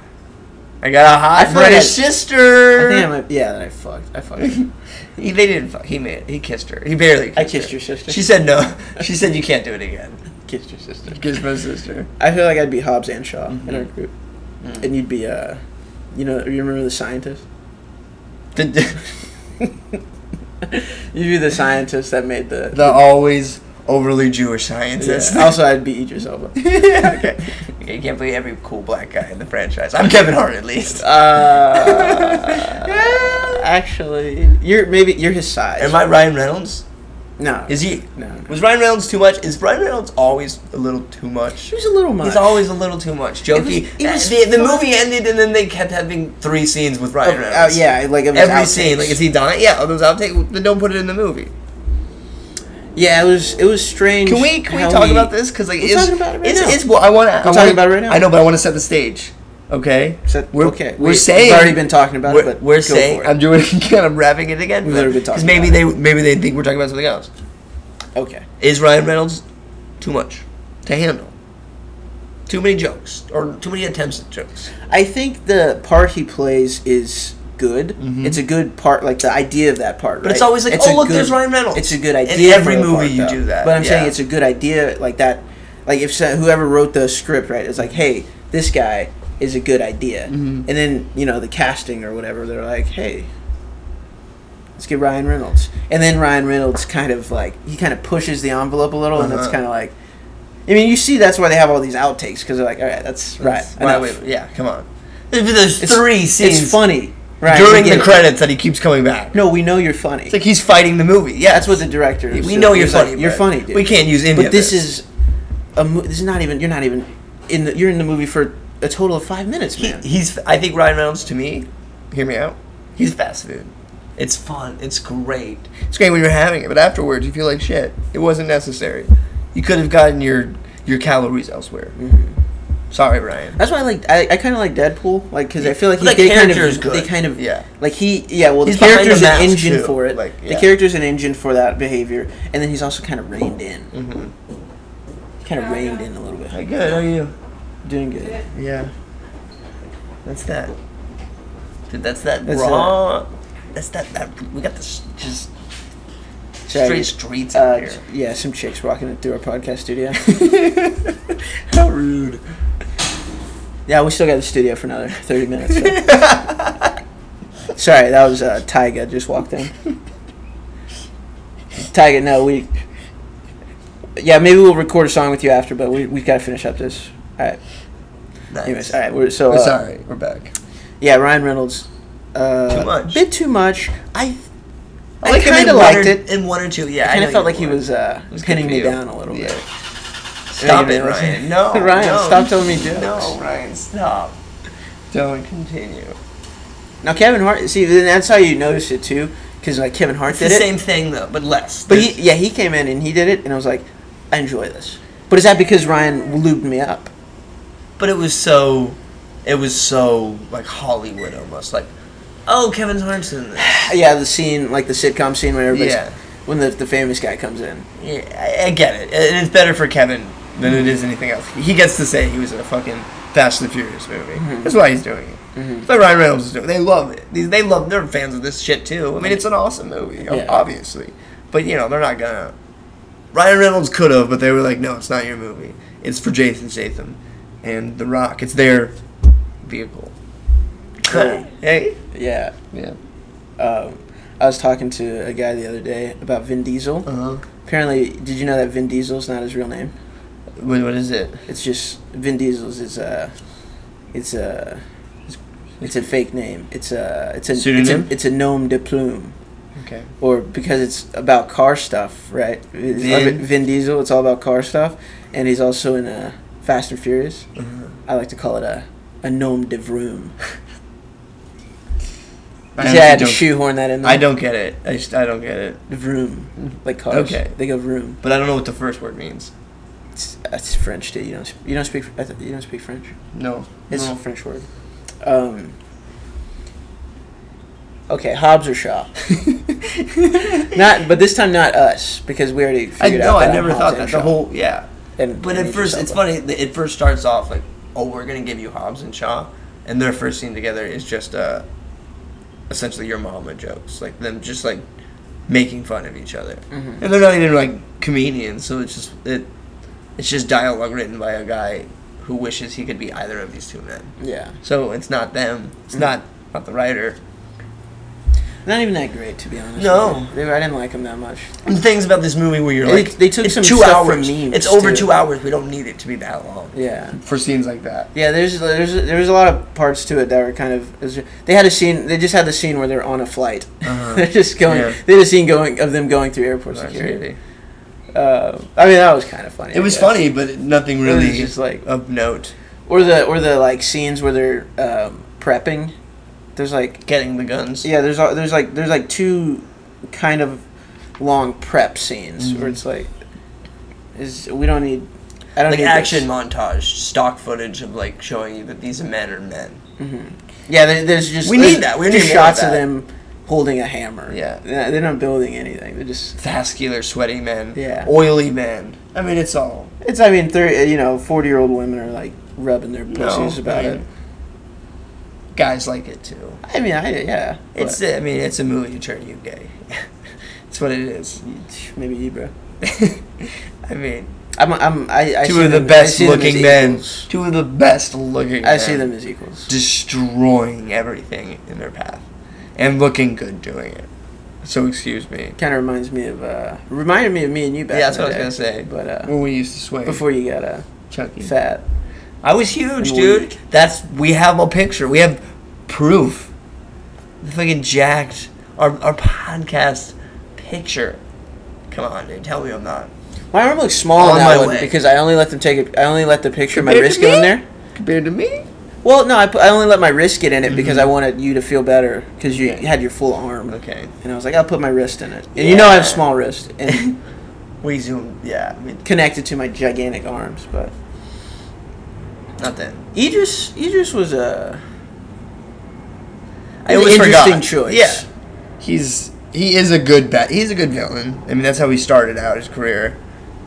Speaker 1: I got a hot
Speaker 2: I feel like
Speaker 1: British
Speaker 2: I- I
Speaker 1: sister.
Speaker 2: think I might. Yeah, that I fucked. I fucked.
Speaker 1: He, they didn't fuck. He made. He kissed her. He barely. Kissed
Speaker 2: I kissed
Speaker 1: her.
Speaker 2: your sister.
Speaker 1: She said no. She said you can't do it again.
Speaker 2: kissed your sister.
Speaker 1: Kissed my sister. Mm-hmm.
Speaker 2: I feel like I'd be Hobbs and Shaw in our group,
Speaker 1: Mm.
Speaker 2: and you'd be uh, you know, you remember the scientist?
Speaker 1: The, the,
Speaker 2: You'd be the scientist that made the.
Speaker 1: always overly Jewish
Speaker 2: yeah.
Speaker 1: scientist.
Speaker 2: Also, I'd be Idris Elba.
Speaker 1: okay. okay. You can't play every cool black guy in the franchise. I'm Kevin Hart at least.
Speaker 2: Uh, actually, you're maybe you're his size.
Speaker 1: Am I Ryan Reynolds?
Speaker 2: No.
Speaker 1: Is he?
Speaker 2: No. no.
Speaker 1: Was Ryan Reynolds too much? Is Ryan Reynolds always a little too much?
Speaker 2: He was a little much.
Speaker 1: He's always a little too much. Jokey.
Speaker 2: it was
Speaker 1: the, the
Speaker 2: fun.
Speaker 1: movie ended, and then they kept having three scenes with
Speaker 2: Oh,
Speaker 1: Ryan
Speaker 2: uh,
Speaker 1: Reynolds.
Speaker 2: yeah, like it was
Speaker 1: every
Speaker 2: outtakes.
Speaker 1: scene. Like, is he dying? Yeah, all those outtakes. Then don't put it in the movie.
Speaker 2: Yeah, it was it was strange.
Speaker 1: Can we can we
Speaker 2: how
Speaker 1: talk about this? Because like
Speaker 2: We're
Speaker 1: it's
Speaker 2: talking about it right
Speaker 1: it's,
Speaker 2: now.
Speaker 1: it's well, I want to. I'm
Speaker 2: talking about it right now.
Speaker 1: I know, but I want to set the stage. Okay.
Speaker 2: Set-
Speaker 1: we're,
Speaker 2: okay,
Speaker 1: We're
Speaker 2: wait,
Speaker 1: saying
Speaker 2: we've already been talking about it,
Speaker 1: we're,
Speaker 2: but
Speaker 1: we're
Speaker 2: go
Speaker 1: saying
Speaker 2: for it.
Speaker 1: I'm doing it again. I'm wrapping it again.
Speaker 2: We've
Speaker 1: but-
Speaker 2: already been talking
Speaker 1: maybe
Speaker 2: about
Speaker 1: they maybe they think we're talking about something else.
Speaker 2: Okay.
Speaker 1: Is Ryan Reynolds too much to handle? Too many jokes or too many attempts at jokes?
Speaker 2: I think the part he plays is good. It's a good part, like the idea of that part.
Speaker 1: Mm-hmm. But it's
Speaker 2: right?
Speaker 1: always like,
Speaker 2: a
Speaker 1: oh, look, there's Ryan Reynolds.
Speaker 2: It's a good
Speaker 1: In
Speaker 2: idea.
Speaker 1: every
Speaker 2: for the
Speaker 1: movie you do that,
Speaker 2: But I'm
Speaker 1: yeah.
Speaker 2: saying it's a good idea, like that. Like if so- whoever wrote the script, right? It's like, hey, this guy is a good idea,
Speaker 1: Mm-hmm.
Speaker 2: and then you know the casting or whatever. They're like, hey. Let's get Ryan Reynolds, and then Ryan Reynolds kind of like he kind of pushes the envelope a little, and it's
Speaker 1: Uh-huh.
Speaker 2: kind of like, I mean, you see that's why they have all these outtakes because they're like, all right, that's,
Speaker 1: That's
Speaker 2: right,
Speaker 1: why
Speaker 2: enough.
Speaker 1: we- yeah, come on. There's three scenes
Speaker 2: It's funny. Right.
Speaker 1: during
Speaker 2: we
Speaker 1: the
Speaker 2: get it.
Speaker 1: credits that he keeps coming back.
Speaker 2: No, we know you're funny.
Speaker 1: It's like he's fighting the movie. Yeah,
Speaker 2: That's what the director.
Speaker 1: we
Speaker 2: is doing.
Speaker 1: know you're
Speaker 2: He's like,
Speaker 1: funny.
Speaker 2: you're
Speaker 1: Brett.
Speaker 2: funny, dude.
Speaker 1: We can't use any.
Speaker 2: But
Speaker 1: of
Speaker 2: this is a. Mo- this is not even. You're not even in the. You're in the movie for a total of five minutes,
Speaker 1: He-
Speaker 2: man.
Speaker 1: he's. I think Ryan Reynolds to me, hear me out. He's fast food. It's fun. It's great. It's great when you're having it, but afterwards you feel like shit. It wasn't necessary. You could have gotten your your calories elsewhere. Sorry, Ryan.
Speaker 2: Mm-hmm. That's why I like. I, I kind of like Deadpool, like because I feel like he,
Speaker 1: The
Speaker 2: they kind of.
Speaker 1: character is good.
Speaker 2: They kind of.
Speaker 1: Yeah.
Speaker 2: Like he. Yeah. Well, the
Speaker 1: He's behind the
Speaker 2: character's an
Speaker 1: mask,
Speaker 2: engine
Speaker 1: too.
Speaker 2: for it.
Speaker 1: Like,
Speaker 2: The
Speaker 1: yeah.
Speaker 2: character's an engine for that behavior, and then he's also kind of reined in.
Speaker 1: Mm-hmm.
Speaker 2: Kind of reined in a little
Speaker 1: Hi,
Speaker 2: bit.
Speaker 1: good. How are you?
Speaker 2: Doing good.
Speaker 1: Yeah. That's that. Dude, that's that
Speaker 2: That's
Speaker 1: raw. That's that. That we got this just
Speaker 2: Sorry.
Speaker 1: straight streets out
Speaker 2: Uh,
Speaker 1: here.
Speaker 2: yeah, some chicks walking through our podcast studio.
Speaker 1: How rude.
Speaker 2: Yeah, we still got the studio for another 30 minutes. So. Sorry, that was uh, Tyga just walked in. Tyga, no, we. Yeah, maybe we'll record a song with you after, but we, we've got to finish up this. All right.
Speaker 1: Nice.
Speaker 2: Anyways, all right. We're, so, uh,
Speaker 1: It's all right. We're back.
Speaker 2: yeah, Ryan Reynolds. Uh,
Speaker 1: Too much.
Speaker 2: Bit too much. I I,
Speaker 1: like him in
Speaker 2: kind of
Speaker 1: one
Speaker 2: liked
Speaker 1: or-
Speaker 2: it.
Speaker 1: In one or two, yeah.
Speaker 2: I kind of
Speaker 1: know
Speaker 2: felt
Speaker 1: you
Speaker 2: like he
Speaker 1: would.
Speaker 2: was, uh,
Speaker 1: It was
Speaker 2: pinning
Speaker 1: good
Speaker 2: me
Speaker 1: for you.
Speaker 2: down a little bit.
Speaker 1: Stop
Speaker 2: Yeah,
Speaker 1: it,
Speaker 2: you know,
Speaker 1: Ryan. No,
Speaker 2: Ryan,
Speaker 1: no,
Speaker 2: stop telling me jokes.
Speaker 1: No, Ryan, stop. Don't continue.
Speaker 2: Now Kevin Hart. See, then that's how you notice it too, because like Kevin Hart
Speaker 1: It's
Speaker 2: did
Speaker 1: the
Speaker 2: it.
Speaker 1: same thing though, but less.
Speaker 2: But
Speaker 1: There's-
Speaker 2: he, yeah, he came in and he did it, and I was like, I enjoy this. But is that because Ryan lubed me up?
Speaker 1: but it was so, it was so like Hollywood almost. Like, oh, Kevin Hart's in this.
Speaker 2: Yeah, the scene, like the sitcom scene when everybody's,
Speaker 1: Yeah.
Speaker 2: when the, the famous guy comes in.
Speaker 1: Yeah, I, I get it, and it's better for Kevin than it is anything else. He gets to say he was in a fucking Fast and the Furious movie.
Speaker 2: Mm-hmm.
Speaker 1: That's why he's doing it. That's why Ryan Reynolds is doing. it. They love it. These they love. They're fans of this shit too. I mean, it's an awesome movie,
Speaker 2: Yeah.
Speaker 1: obviously. But you know, they're not gonna. Ryan Reynolds could have, but they were like, "No, it's not your movie. It's for Jason Statham and The Rock. It's their vehicle."
Speaker 2: Cool.
Speaker 1: hey.
Speaker 2: Yeah.
Speaker 1: Yeah.
Speaker 2: Um, I was talking to a guy the other day about Vin Diesel.
Speaker 1: Uh huh.
Speaker 2: Apparently, did you know that Vin Diesel's not his real name?
Speaker 1: What, what is it?
Speaker 2: It's just Vin Diesel's is a, it's a, it's a fake name. It's a, it's a,
Speaker 1: Pseudonym?
Speaker 2: it's a, it's a nom de plume.
Speaker 1: Okay.
Speaker 2: or because it's about car stuff, right? It's
Speaker 1: Vin.
Speaker 2: Vin, Vin Diesel, it's all about car stuff, and he's also in uh, Fast and Furious.
Speaker 1: Uh-huh.
Speaker 2: I like to call it a a gnome de vroom.
Speaker 1: I
Speaker 2: Yeah, I had to
Speaker 1: don't-
Speaker 2: shoehorn that in. There.
Speaker 1: I don't get it. I, just, I don't get it.
Speaker 2: vroom like cars.
Speaker 1: Okay.
Speaker 2: they go vroom.
Speaker 1: But I don't know what the first word means.
Speaker 2: It's, it's French, dude. You don't sp- you don't speak I th- you don't speak French.
Speaker 1: No.
Speaker 2: It's
Speaker 1: no.
Speaker 2: a French word. Um. Okay, Hobbs or Shaw. not, but this time not us because we already
Speaker 1: I
Speaker 2: figured
Speaker 1: know.
Speaker 2: out.
Speaker 1: I
Speaker 2: I'm
Speaker 1: never
Speaker 2: Hobbs
Speaker 1: thought
Speaker 2: and
Speaker 1: that. The
Speaker 2: Shaw.
Speaker 1: whole yeah.
Speaker 2: And-
Speaker 1: But
Speaker 2: and
Speaker 1: at
Speaker 2: he's
Speaker 1: first,
Speaker 2: yourself.
Speaker 1: it's funny. th- It first starts off like, "Oh, we're gonna give you Hobbs and Shaw," and their first scene together is just uh, essentially your mama jokes, like them just like making fun of each other,
Speaker 2: Mm-hmm.
Speaker 1: and they're not even like comedians. So it's just it, it's just dialogue written by a guy who wishes he could be either of these two men.
Speaker 2: Yeah.
Speaker 1: So it's not them. It's not not the writer.
Speaker 2: Not even that great, to be honest.
Speaker 1: No.
Speaker 2: with you. They- I didn't like them that much.
Speaker 1: And the things about this movie where you're
Speaker 2: They-
Speaker 1: like,
Speaker 2: they took
Speaker 1: it's
Speaker 2: some
Speaker 1: two
Speaker 2: stuff from
Speaker 1: hours.
Speaker 2: memes,
Speaker 1: it's over
Speaker 2: too.
Speaker 1: two hours. We don't need it to be that long.
Speaker 2: Yeah,
Speaker 1: For scenes like that.
Speaker 2: yeah. There's there's there was a lot of parts to it that were kind of. it was- They had a scene. They just had the scene where they're on a flight.
Speaker 1: Uh-huh.
Speaker 2: they're just going.
Speaker 1: Yeah.
Speaker 2: They had a scene going of them going through airport security. Uh, I mean, that was kind of funny.
Speaker 1: It
Speaker 2: I
Speaker 1: was
Speaker 2: guess.
Speaker 1: funny, but nothing really
Speaker 2: was just like-
Speaker 1: of note.
Speaker 2: Or the or the like scenes where they're um, prepping. There's like
Speaker 1: Getting the guns.
Speaker 2: yeah. There's al- there's like there's like two kind of long prep scenes
Speaker 1: Mm-hmm.
Speaker 2: where it's like, is we don't need. I don't
Speaker 1: Like
Speaker 2: need
Speaker 1: action
Speaker 2: this.
Speaker 1: montage, stock footage of like showing you that these men are men.
Speaker 2: Mm-hmm. Yeah, there, there's just
Speaker 1: We
Speaker 2: there's
Speaker 1: need that. We
Speaker 2: just
Speaker 1: need more of
Speaker 2: shots
Speaker 1: that.
Speaker 2: them holding a hammer.
Speaker 1: Yeah.
Speaker 2: they're they're not building anything. They're just
Speaker 1: Vascular, sweaty men.
Speaker 2: Yeah.
Speaker 1: Oily men. I mean, it's all.
Speaker 2: It's I mean, thir you know, forty year old women are like rubbing their pussies about
Speaker 1: I
Speaker 2: it.
Speaker 1: mean, Guys like it too.
Speaker 2: I mean, I yeah.
Speaker 1: It's. I mean, it's a movie to turn you gay. it's what it is.
Speaker 2: but- maybe you, bro.
Speaker 1: I mean,
Speaker 2: I'm I'm I, I
Speaker 1: two
Speaker 2: see
Speaker 1: of the
Speaker 2: them- I
Speaker 1: best
Speaker 2: see them as
Speaker 1: looking men.
Speaker 2: equals.
Speaker 1: Two of the best looking.
Speaker 2: I see
Speaker 1: men
Speaker 2: them as equals.
Speaker 1: destroying everything in their path, and looking good doing it. So excuse me.
Speaker 2: Kind of reminds me of uh, reminded me of me and you back.
Speaker 1: yeah,
Speaker 2: in
Speaker 1: that's
Speaker 2: the
Speaker 1: what I
Speaker 2: day,
Speaker 1: was gonna say.
Speaker 2: But uh,
Speaker 1: when we used to swing
Speaker 2: before you got uh,
Speaker 1: Chucky,
Speaker 2: fat,
Speaker 1: I was huge,
Speaker 2: and
Speaker 1: dude.
Speaker 2: weak.
Speaker 1: That's we have a picture. We have proof. The fucking jacked our our podcast picture. Come on, dude. Tell me I'm not
Speaker 2: my arm looks
Speaker 1: On
Speaker 2: small on
Speaker 1: my
Speaker 2: that one
Speaker 1: way.
Speaker 2: because I only let them take it. I only let the picture of my
Speaker 1: Compared to
Speaker 2: wrist go
Speaker 1: me?
Speaker 2: in there.
Speaker 1: compared to me.
Speaker 2: Well, no, I, put, I only let my wrist get in it because I wanted you to feel better because you
Speaker 1: Mm-hmm. Okay.
Speaker 2: had your full arm.
Speaker 1: Okay,
Speaker 2: And I was like, I'll put my wrist in it. And you know I have
Speaker 1: Yeah.
Speaker 2: small wrist and
Speaker 1: we zoomed. Yeah, we,
Speaker 2: connected to my gigantic arms, but
Speaker 1: not that.
Speaker 2: Idris Idris was a
Speaker 1: I
Speaker 2: An
Speaker 1: always
Speaker 2: interesting
Speaker 1: forgot.
Speaker 2: choice.
Speaker 1: Yeah, he's he is a good bat. He's a good villain. I mean, that's how he started out his career,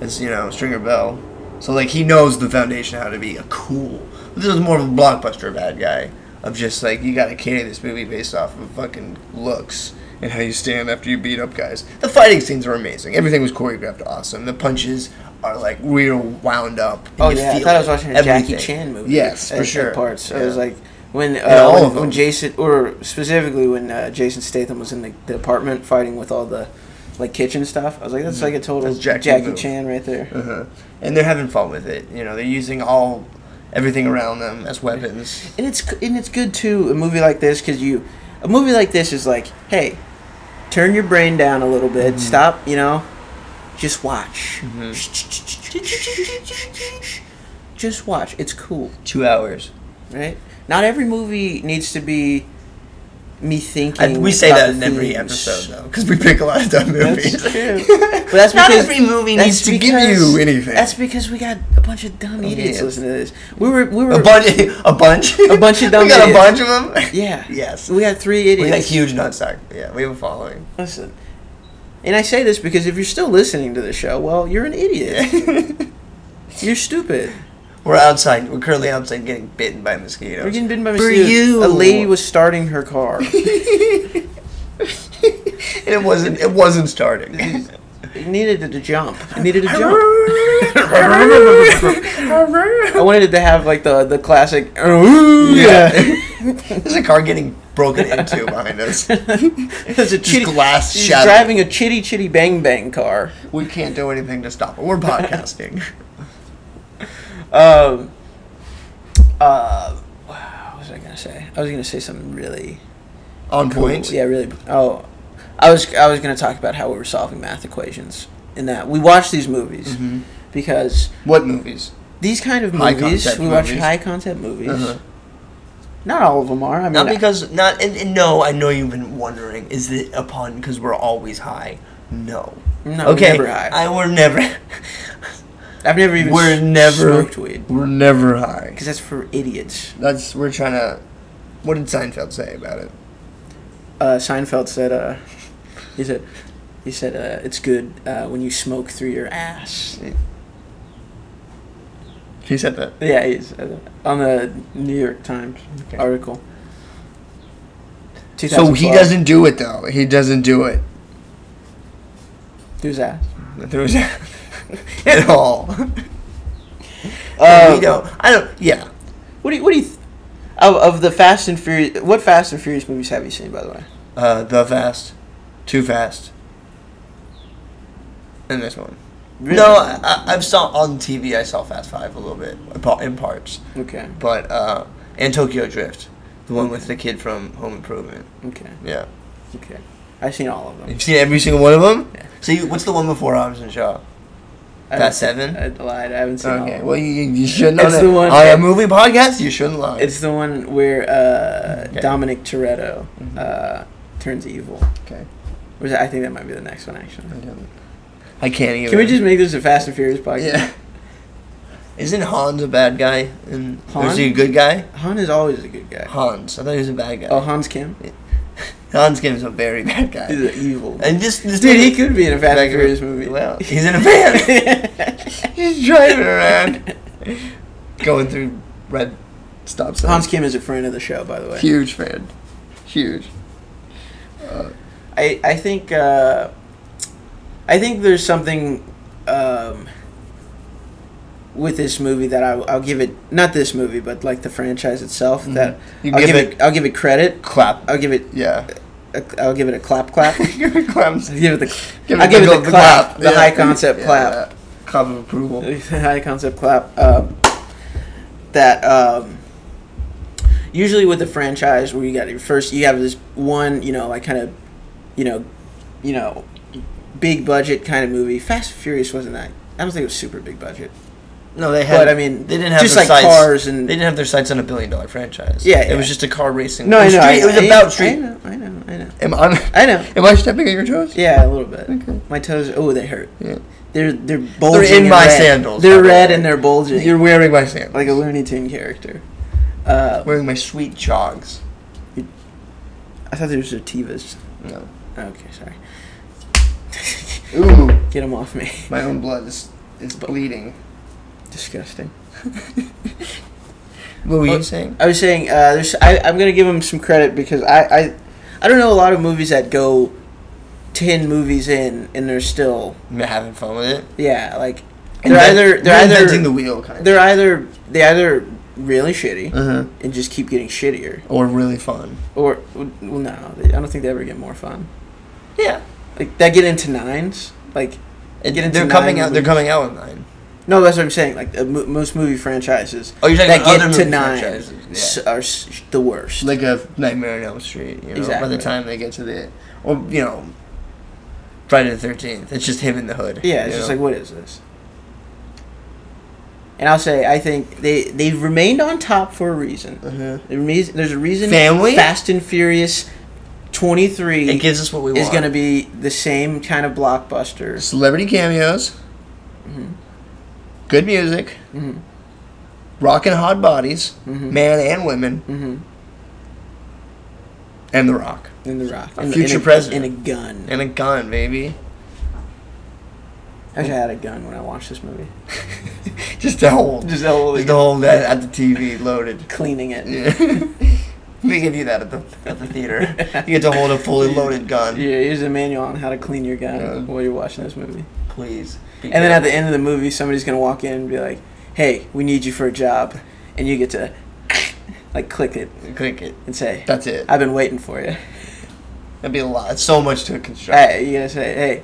Speaker 1: as you know, Stringer Bell. So like he knows the foundation how to be a cool. This was more of a blockbuster bad guy of just like you got a kid in this movie based off of fucking looks and how you stand after you beat up guys. The fighting scenes are amazing. Everything was choreographed awesome. The punches are like we are wound up. and
Speaker 2: Oh
Speaker 1: you
Speaker 2: yeah, I
Speaker 1: feel
Speaker 2: thought I
Speaker 1: it.
Speaker 2: was watching a
Speaker 1: Everything.
Speaker 2: Jackie Chan movie.
Speaker 1: Yes,
Speaker 2: at-
Speaker 1: for
Speaker 2: at
Speaker 1: sure.
Speaker 2: Parts. I
Speaker 1: Yeah.
Speaker 2: was like when uh,
Speaker 1: all
Speaker 2: when,
Speaker 1: of them.
Speaker 2: when Jason or specifically when uh, Jason Statham was in the, the apartment fighting with all the like kitchen stuff. I was like, that's like a total
Speaker 1: Mm-hmm. That's Jackie
Speaker 2: Jackie,
Speaker 1: move.
Speaker 2: Chan right there.
Speaker 1: Uh-huh. And they're having fun with it. You know, they're using all everything around them as weapons.
Speaker 2: and it's and it's good too a movie like this because you a movie like this is like hey turn your brain down a little
Speaker 1: Mm-hmm.
Speaker 2: bit stop you know just watch just watch it's cool
Speaker 1: Two hours.
Speaker 2: right not every movie needs to be me
Speaker 1: I,
Speaker 2: thinking
Speaker 1: we say that
Speaker 2: about the
Speaker 1: in every
Speaker 2: themes.
Speaker 1: episode though, because we pick a lot of dumb movies.
Speaker 2: that's true but that's
Speaker 1: Not
Speaker 2: because
Speaker 1: every movie
Speaker 2: that's
Speaker 1: needs to give
Speaker 2: because-
Speaker 1: you anything.
Speaker 2: that's because we got a bunch of dumb idiots
Speaker 1: Idiots.
Speaker 2: listening to this we were we were
Speaker 1: a bunch, a bunch,
Speaker 2: A bunch of dumb
Speaker 1: We got a
Speaker 2: idiots.
Speaker 1: bunch of them.
Speaker 2: yeah
Speaker 1: Yes.
Speaker 2: we got three idiots
Speaker 1: We got a huge nutsack. Yeah, we have a following.
Speaker 2: Listen, and I say this because if you're still listening to the show, well, you're an idiot. You're stupid.
Speaker 1: We're outside. We're currently outside getting bitten by mosquitoes.
Speaker 2: We're getting bitten by
Speaker 1: For
Speaker 2: mosquitoes.
Speaker 1: you.
Speaker 2: A lady was starting her car.
Speaker 1: and it wasn't. It wasn't starting.
Speaker 2: it needed to- to jump. It needed to jump. I
Speaker 1: yeah.
Speaker 2: wanted it to have like the the classic.
Speaker 1: There's a car getting broken into behind us.
Speaker 2: There's a chitty.
Speaker 1: glass
Speaker 2: she's
Speaker 1: shattering.
Speaker 2: driving a chitty chitty bang bang car.
Speaker 1: We can't do anything to stop it. We're podcasting.
Speaker 2: Um. Uh. What was I gonna say? I was gonna say something really
Speaker 1: On
Speaker 2: Cool.
Speaker 1: point.
Speaker 2: Yeah, really. Oh, I was I was gonna talk about how we were solving math equations in that we watch these movies because
Speaker 1: What movies?
Speaker 2: these kind of
Speaker 1: Mm-hmm. High
Speaker 2: movies
Speaker 1: concept
Speaker 2: we watch
Speaker 1: movies.
Speaker 2: high concept movies.
Speaker 1: Uh-huh.
Speaker 2: Not all of them are. I mean,
Speaker 1: Not because not and, and no, I know you've been wondering. Is it a pun? Because we're always high. No.
Speaker 2: No, we're never high.
Speaker 1: I we're never.
Speaker 2: I, have never even
Speaker 1: we're
Speaker 2: s-
Speaker 1: never.
Speaker 2: smoked weed
Speaker 1: We're never high.
Speaker 2: because that's for idiots.
Speaker 1: That's we're trying to. What did Seinfeld say about it?
Speaker 2: Uh, Seinfeld said, uh, he said, he said uh, it's good uh, when you smoke through your ass.
Speaker 1: He said that.
Speaker 2: Yeah, he's uh, on the New York Times
Speaker 1: Okay.
Speaker 2: article.
Speaker 1: So he
Speaker 2: 2012.
Speaker 1: doesn't do it though. He doesn't do it.
Speaker 2: through his ass.
Speaker 1: There was at all.
Speaker 2: Uh,
Speaker 1: we don't. I don't. Yeah.
Speaker 2: What do you, what do you th- of, of the Fast and Furious? What Fast and Furious movies have you seen, by the way?
Speaker 1: Uh, the fast, too fast, and this one. No, I, I- I've saw on TV. I saw Fast Five a little bit in par- in parts,
Speaker 2: Okay.
Speaker 1: but uh, and Tokyo Drift, the one with the kid from Home Improvement.
Speaker 2: Okay.
Speaker 1: Yeah,
Speaker 2: Okay. I've seen all of them.
Speaker 1: you've seen every single one of them.
Speaker 2: Yeah.
Speaker 1: So you, what's the one before Hobbs and Shaw?
Speaker 2: I
Speaker 1: Fast
Speaker 2: haven't-
Speaker 1: Seven?
Speaker 2: I lied. I haven't seen all.
Speaker 1: Okay,
Speaker 2: Of
Speaker 1: well
Speaker 2: them.
Speaker 1: you, you you should know
Speaker 2: It's
Speaker 1: that.
Speaker 2: the one-
Speaker 1: on a Oh, movie podcast, you shouldn't lie.
Speaker 2: It's the one where uh,
Speaker 1: Okay.
Speaker 2: Dominic Toretto
Speaker 1: Mhm.
Speaker 2: uh, turns evil.
Speaker 1: okay.
Speaker 2: Or is that, I think that might be the next one, actually.
Speaker 1: I can't even.
Speaker 2: Can we just make this a Fast and Furious podcast?
Speaker 1: Oh, Yeah. Isn't Hans a bad guy? And or is
Speaker 2: Han?
Speaker 1: he a good guy?
Speaker 2: Han is always a good guy.
Speaker 1: Hans. I thought he was a bad guy.
Speaker 2: Oh, Hans Kim?
Speaker 1: Hans Kim's a very bad guy.
Speaker 2: He's an evil.
Speaker 1: And just this
Speaker 2: Dude, he
Speaker 1: movie-
Speaker 2: could be in a Fast
Speaker 1: Back
Speaker 2: and
Speaker 1: in-
Speaker 2: Furious movie.
Speaker 1: Well, he's in a van. he's driving around, going through red stop signs.
Speaker 2: Hans Kim is a friend of the show, by the way.
Speaker 1: huge fan, huge. Uh,
Speaker 2: I, I think uh, I think there's something um, with this movie that I, I'll give it not this movie but like the franchise itself that
Speaker 1: Mm-hmm. You
Speaker 2: I'll
Speaker 1: give
Speaker 2: give, it, I'll give it credit
Speaker 1: Clap.
Speaker 2: I'll give it
Speaker 1: Yeah.
Speaker 2: a, I'll give it a clap clap I'll
Speaker 1: give it claps.
Speaker 2: give it the
Speaker 1: Give
Speaker 2: I'll
Speaker 1: it
Speaker 2: give
Speaker 1: the
Speaker 2: it
Speaker 1: gold-
Speaker 2: the clap, the
Speaker 1: Yeah.
Speaker 2: high concept
Speaker 1: Yeah,
Speaker 2: clap
Speaker 1: yeah. Clap of approval.
Speaker 2: high concept clap um, that um, usually with a franchise where you got your first you have this one you know like kind of you know you know big budget kind of movie fast and furious wasn't that i don't think it was super big budget
Speaker 1: No, they had.
Speaker 2: But, I mean,
Speaker 1: they didn't have
Speaker 2: just
Speaker 1: their
Speaker 2: like
Speaker 1: sights-
Speaker 2: cars and-
Speaker 1: they didn't have their sights on a billion dollar franchise.
Speaker 2: Yeah,
Speaker 1: it
Speaker 2: yeah.
Speaker 1: was just a car racing.
Speaker 2: no
Speaker 1: it
Speaker 2: i
Speaker 1: was
Speaker 2: know
Speaker 1: street-
Speaker 2: I,
Speaker 1: it was
Speaker 2: I,
Speaker 1: about
Speaker 2: i
Speaker 1: street.
Speaker 2: know i know i know
Speaker 1: Am I?
Speaker 2: i know
Speaker 1: Am I stepping on your toes?
Speaker 2: yeah a little bit
Speaker 1: Okay.
Speaker 2: my toes oh they hurt
Speaker 1: Yeah.
Speaker 2: they're they're bulging and
Speaker 1: my
Speaker 2: red.
Speaker 1: sandals, by
Speaker 2: they're
Speaker 1: the
Speaker 2: red
Speaker 1: way.
Speaker 2: and they're bulging
Speaker 1: You're wearing my sandals.
Speaker 2: like a looney tune character uh,
Speaker 1: wearing my sweet jogs.
Speaker 2: i thought they were sativas
Speaker 1: No.
Speaker 2: Okay, sorry.
Speaker 1: Ooh,
Speaker 2: Get them off me.
Speaker 1: my own blood is is bleeding.
Speaker 2: Disgusting.
Speaker 1: What were
Speaker 2: you
Speaker 1: you saying?
Speaker 2: I was saying, uh, there's, I, I'm gonna give them some credit because I, I, I don't know a lot of movies that go ten movies in and they're still,
Speaker 1: having fun with it.
Speaker 2: yeah, like they're either they're
Speaker 1: inventing the
Speaker 2: either
Speaker 1: wheel, kind of.
Speaker 2: they're either they either really shitty
Speaker 1: uh-huh.
Speaker 2: and just keep getting shittier,
Speaker 1: or really fun.
Speaker 2: or well, no, they, I don't think they ever get more fun.
Speaker 1: Yeah,
Speaker 2: Like that get into nines, like
Speaker 1: it,
Speaker 2: Get into
Speaker 1: they're coming
Speaker 2: nine
Speaker 1: out. They're
Speaker 2: movies.
Speaker 1: coming out with nine.
Speaker 2: no, that's what I'm saying. Like uh, mo- most movie franchises
Speaker 1: Oh, you're talking
Speaker 2: that
Speaker 1: about
Speaker 2: get
Speaker 1: other
Speaker 2: to
Speaker 1: movie
Speaker 2: nine
Speaker 1: franchises, yeah.
Speaker 2: s- are s- the worst.
Speaker 1: like a Nightmare on Elm Street. You know, by
Speaker 2: Exactly.
Speaker 1: the time they get to the, or you know, Friday the Thirteenth, it's just him in the hood.
Speaker 2: Yeah, it's just like what is this? And I'll say I think they they've remained on top for a reason.
Speaker 1: uh
Speaker 2: There meas- There's a reason.
Speaker 1: Family?
Speaker 2: Fast and Furious, twenty three
Speaker 1: it gives us what we want.
Speaker 2: is going to be the same kind of blockbuster.
Speaker 1: celebrity cameos,
Speaker 2: Mm-hmm.
Speaker 1: good music,
Speaker 2: Mhm.
Speaker 1: rocking hot bodies,
Speaker 2: Mhm.
Speaker 1: man and women,
Speaker 2: Mm-hmm.
Speaker 1: and The Rock
Speaker 2: In the Rock,
Speaker 1: A
Speaker 2: and,
Speaker 1: future
Speaker 2: and a,
Speaker 1: president.
Speaker 2: and a gun.
Speaker 1: and a gun, baby.
Speaker 2: I wish I had a gun when I watched this movie.
Speaker 1: Just the whole, just
Speaker 2: Just only
Speaker 1: the whole that at the TV loaded.
Speaker 2: cleaning it.
Speaker 1: Yeah. they give you that at the at the theater. You get to hold a fully loaded gun.
Speaker 2: Yeah, here's a manual on how to clean your gun
Speaker 1: Yeah.
Speaker 2: while you're watching this movie.
Speaker 1: Please.
Speaker 2: And then at the end of the movie, somebody's gonna walk in and be like, "Hey, we need you for a job," and you get to like click it
Speaker 1: the click it.
Speaker 2: and say,
Speaker 1: That's it.
Speaker 2: "I've been waiting for you."
Speaker 1: That'd be a lot. It's so much to construct.
Speaker 2: Hey, you're gonna say, "Hey,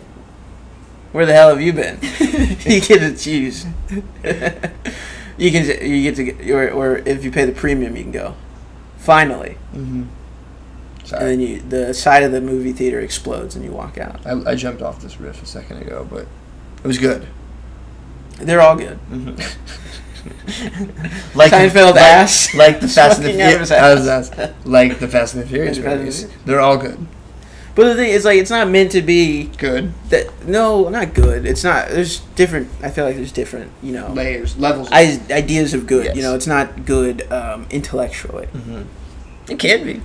Speaker 2: where the hell have you been?" you get to choose. you can say- you get to get, or or if you pay the premium, you can go. Finally,
Speaker 1: Mm-hmm.
Speaker 2: and
Speaker 1: Sorry.
Speaker 2: then you the side of the movie theater explodes and you walk out.
Speaker 1: I, I jumped off this riff a second ago, but it was good. Mm-hmm.
Speaker 2: They're all good.
Speaker 1: like
Speaker 2: Seinfeld
Speaker 1: the,
Speaker 2: ass.
Speaker 1: Like, like the Fast and the
Speaker 2: Smoking out of
Speaker 1: Furious.
Speaker 2: his ass.
Speaker 1: Like the Fast and the Furious
Speaker 2: Like the Fast and the
Speaker 1: movies.
Speaker 2: Furious.
Speaker 1: They're all good.
Speaker 2: But the thing is, like, it's not meant to be
Speaker 1: Good
Speaker 2: that no not good it's not there's different i feel like there's different you know
Speaker 1: layers, levels.
Speaker 2: I, ideas of good you
Speaker 1: Yes.
Speaker 2: know it's not good um, intellectually
Speaker 1: Mm-hmm. it can be.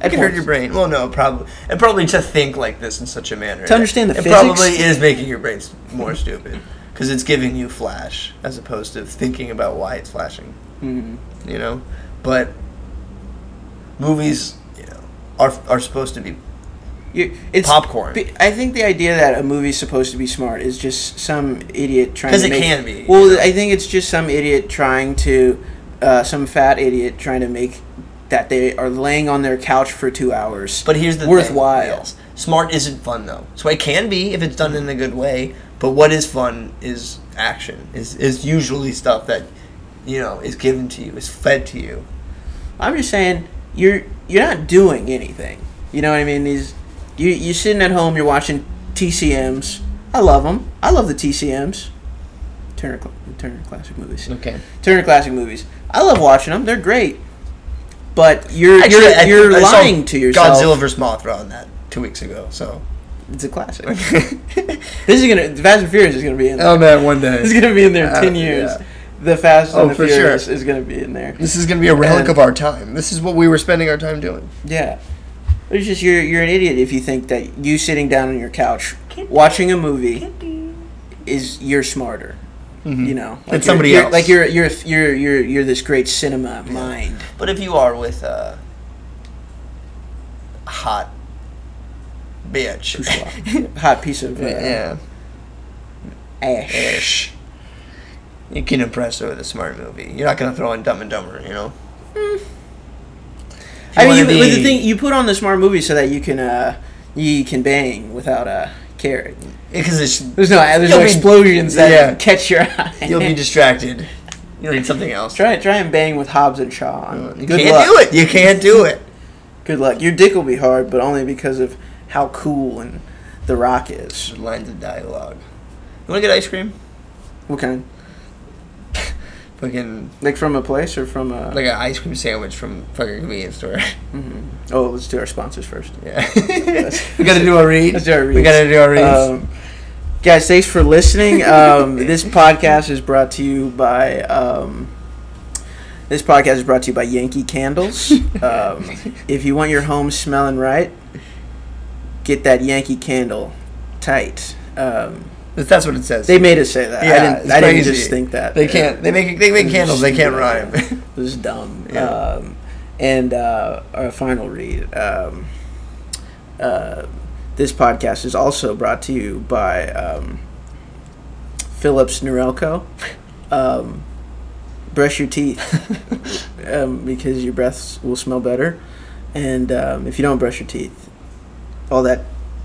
Speaker 2: At
Speaker 1: It can hurt
Speaker 2: once.
Speaker 1: your brain. Well, no, probably, and probably to think like this in such a manner.
Speaker 2: To understand the
Speaker 1: it
Speaker 2: physics?
Speaker 1: probably is making your brain s- more stupid because it's giving you flash as opposed to thinking about why it's flashing.
Speaker 2: Mhm.
Speaker 1: You know, but movies, you know, are are supposed to be
Speaker 2: You- it's
Speaker 1: Popcorn.
Speaker 2: the- i think the idea that a movie's supposed to be smart is just some idiot trying
Speaker 1: 'Cause
Speaker 2: to
Speaker 1: it
Speaker 2: make
Speaker 1: can be,
Speaker 2: well
Speaker 1: you know.
Speaker 2: i think it's just some idiot trying to uh, some fat idiot trying to make that they are laying on their couch for two hours
Speaker 1: But here's the thing,
Speaker 2: worthwhile
Speaker 1: yes. Smart isn't fun though. So it can be if it's done in a good way. But what is fun is action. Is is usually stuff that you know is given to you, is fed to you.
Speaker 2: I'm just saying you're you're not doing anything. You know what I mean? These you you sitting at home, you're watching TCMs. I love them. I love the TCMs. Turner Cla- Turner Classic Movies.
Speaker 1: Okay.
Speaker 2: Turner Classic Movies. I love watching them. They're great. But you're
Speaker 1: Actually,
Speaker 2: you're,
Speaker 1: I-
Speaker 2: you're
Speaker 1: I saw
Speaker 2: lying to yourself.
Speaker 1: Godzilla vs Mothra on that two weeks ago. So
Speaker 2: It's a classic. this is gonna Fast and Furious is gonna be in. There.
Speaker 1: oh man, one day.
Speaker 2: It's gonna be in there in
Speaker 1: Uh,
Speaker 2: ten years.
Speaker 1: yeah.
Speaker 2: The Fast
Speaker 1: Oh,
Speaker 2: and the
Speaker 1: for sure.
Speaker 2: Furious is gonna be in there.
Speaker 1: This is gonna be a relic
Speaker 2: And-
Speaker 1: of our time. This is what we were spending our time doing.
Speaker 2: Yeah. It's just you're you're an idiot if you think that you sitting down on your couch watching a movie is you're smarter. You know, like
Speaker 1: Mm-hmm. Than
Speaker 2: you're-
Speaker 1: somebody
Speaker 2: you're-
Speaker 1: else.
Speaker 2: Like you're you're you're you're you're this great cinema mind.
Speaker 1: But if you are with a hot bitch,
Speaker 2: Hot piece of uh,
Speaker 1: yeah,
Speaker 2: ash.
Speaker 1: ish, you can impress her with a smart movie. You're not gonna throw in Dumb and Dumber, you know.
Speaker 2: I mean,
Speaker 1: wanna
Speaker 2: you, but the
Speaker 1: be-
Speaker 2: thing you put on the smart movie so that you can uh, you can bang without uh, caring.
Speaker 1: Because it's
Speaker 2: There's no there's
Speaker 1: You'll
Speaker 2: no
Speaker 1: be-
Speaker 2: explosions that
Speaker 1: yeah.
Speaker 2: catch your eye.
Speaker 1: you'll be distracted. You'll need something else.
Speaker 2: try try and bang with Hobbs and Shaw. on-
Speaker 1: You
Speaker 2: Good
Speaker 1: can't
Speaker 2: luck.
Speaker 1: do it. You can't do it.
Speaker 2: Good luck. Your dick will be hard, but only because of how cool and The Rock is.
Speaker 1: Lines of dialogue. You wanna get ice cream?
Speaker 2: What kind?
Speaker 1: Fucking
Speaker 2: Like from a place or from a?
Speaker 1: like an ice cream sandwich from fucking convenience store.
Speaker 2: oh, let's do our sponsors first.
Speaker 1: Yeah. we gotta do our read.
Speaker 2: Let's do our
Speaker 1: We gotta do our reads.
Speaker 2: Um, guys, thanks for listening. Um, this podcast is brought to you by. Um, this podcast is brought to you by Yankee Candles. Um, if you want your home smelling right, get that Yankee candle tight. Um,
Speaker 1: But that's what it says.
Speaker 2: they made us say that.
Speaker 1: Yeah,
Speaker 2: I didn't.
Speaker 1: it's
Speaker 2: I didn't
Speaker 1: crazy.
Speaker 2: just think that.
Speaker 1: They can't. They make they make candles. They can't rhyme.
Speaker 2: It was dumb.
Speaker 1: Yeah.
Speaker 2: Um, and uh, our final read. Um, uh, this podcast is also brought to you by um, Phillips Norelco. Um, brush your teeth um, because your breaths will smell better. And um, if you don't brush your teeth, all that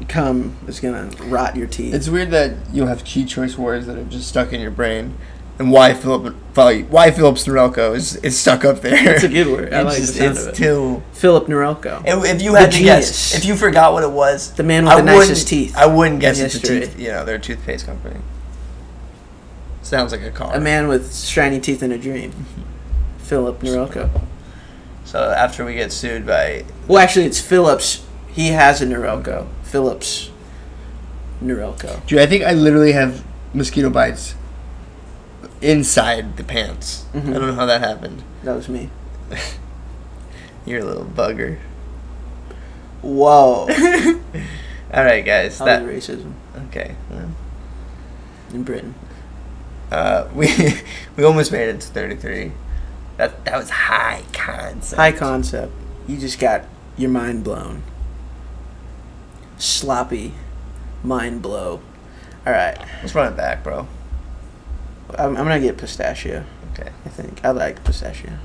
Speaker 2: cum is gonna rot your teeth.
Speaker 1: it's weird that you have key choice words that are just stuck in your brain, and why Philip probably why Philip Norelco is is stuck up there.
Speaker 2: It's a good word. I
Speaker 1: It's
Speaker 2: like the
Speaker 1: just-
Speaker 2: sound
Speaker 1: it's
Speaker 2: of it.
Speaker 1: Still,
Speaker 2: Philip Norelco.
Speaker 1: if if you
Speaker 2: The
Speaker 1: had to
Speaker 2: genius.
Speaker 1: guess, if you forgot what it was,
Speaker 2: The man with the
Speaker 1: wouldn't-
Speaker 2: nicest teeth
Speaker 1: I wouldn't guess
Speaker 2: in
Speaker 1: it's a
Speaker 2: history.
Speaker 1: tooth. You know, they're a toothpaste company. Sounds like a car.
Speaker 2: A man with shiny teeth in a dream. Philip Norelco.
Speaker 1: So after we get sued by
Speaker 2: Well, actually, it's Phillips. He has a Norelco. Phillips Norelco.
Speaker 1: Dude, I think I literally have mosquito bites inside the pants.
Speaker 2: Mm-hmm.
Speaker 1: I don't know how that happened.
Speaker 2: That was me.
Speaker 1: You're a little bugger.
Speaker 2: Whoa. That
Speaker 1: All right, guys.
Speaker 2: was
Speaker 1: That
Speaker 2: racism
Speaker 1: okay. well,
Speaker 2: in Britain.
Speaker 1: Uh, we we almost made it to 33. That that was high concept.
Speaker 2: High concept. You just got your mind blown. Sloppy mind blow. All right.
Speaker 1: Let's run it back, bro.
Speaker 2: I'm, I'm going to get pistachio,
Speaker 1: Okay.
Speaker 2: I think. I like pistachio.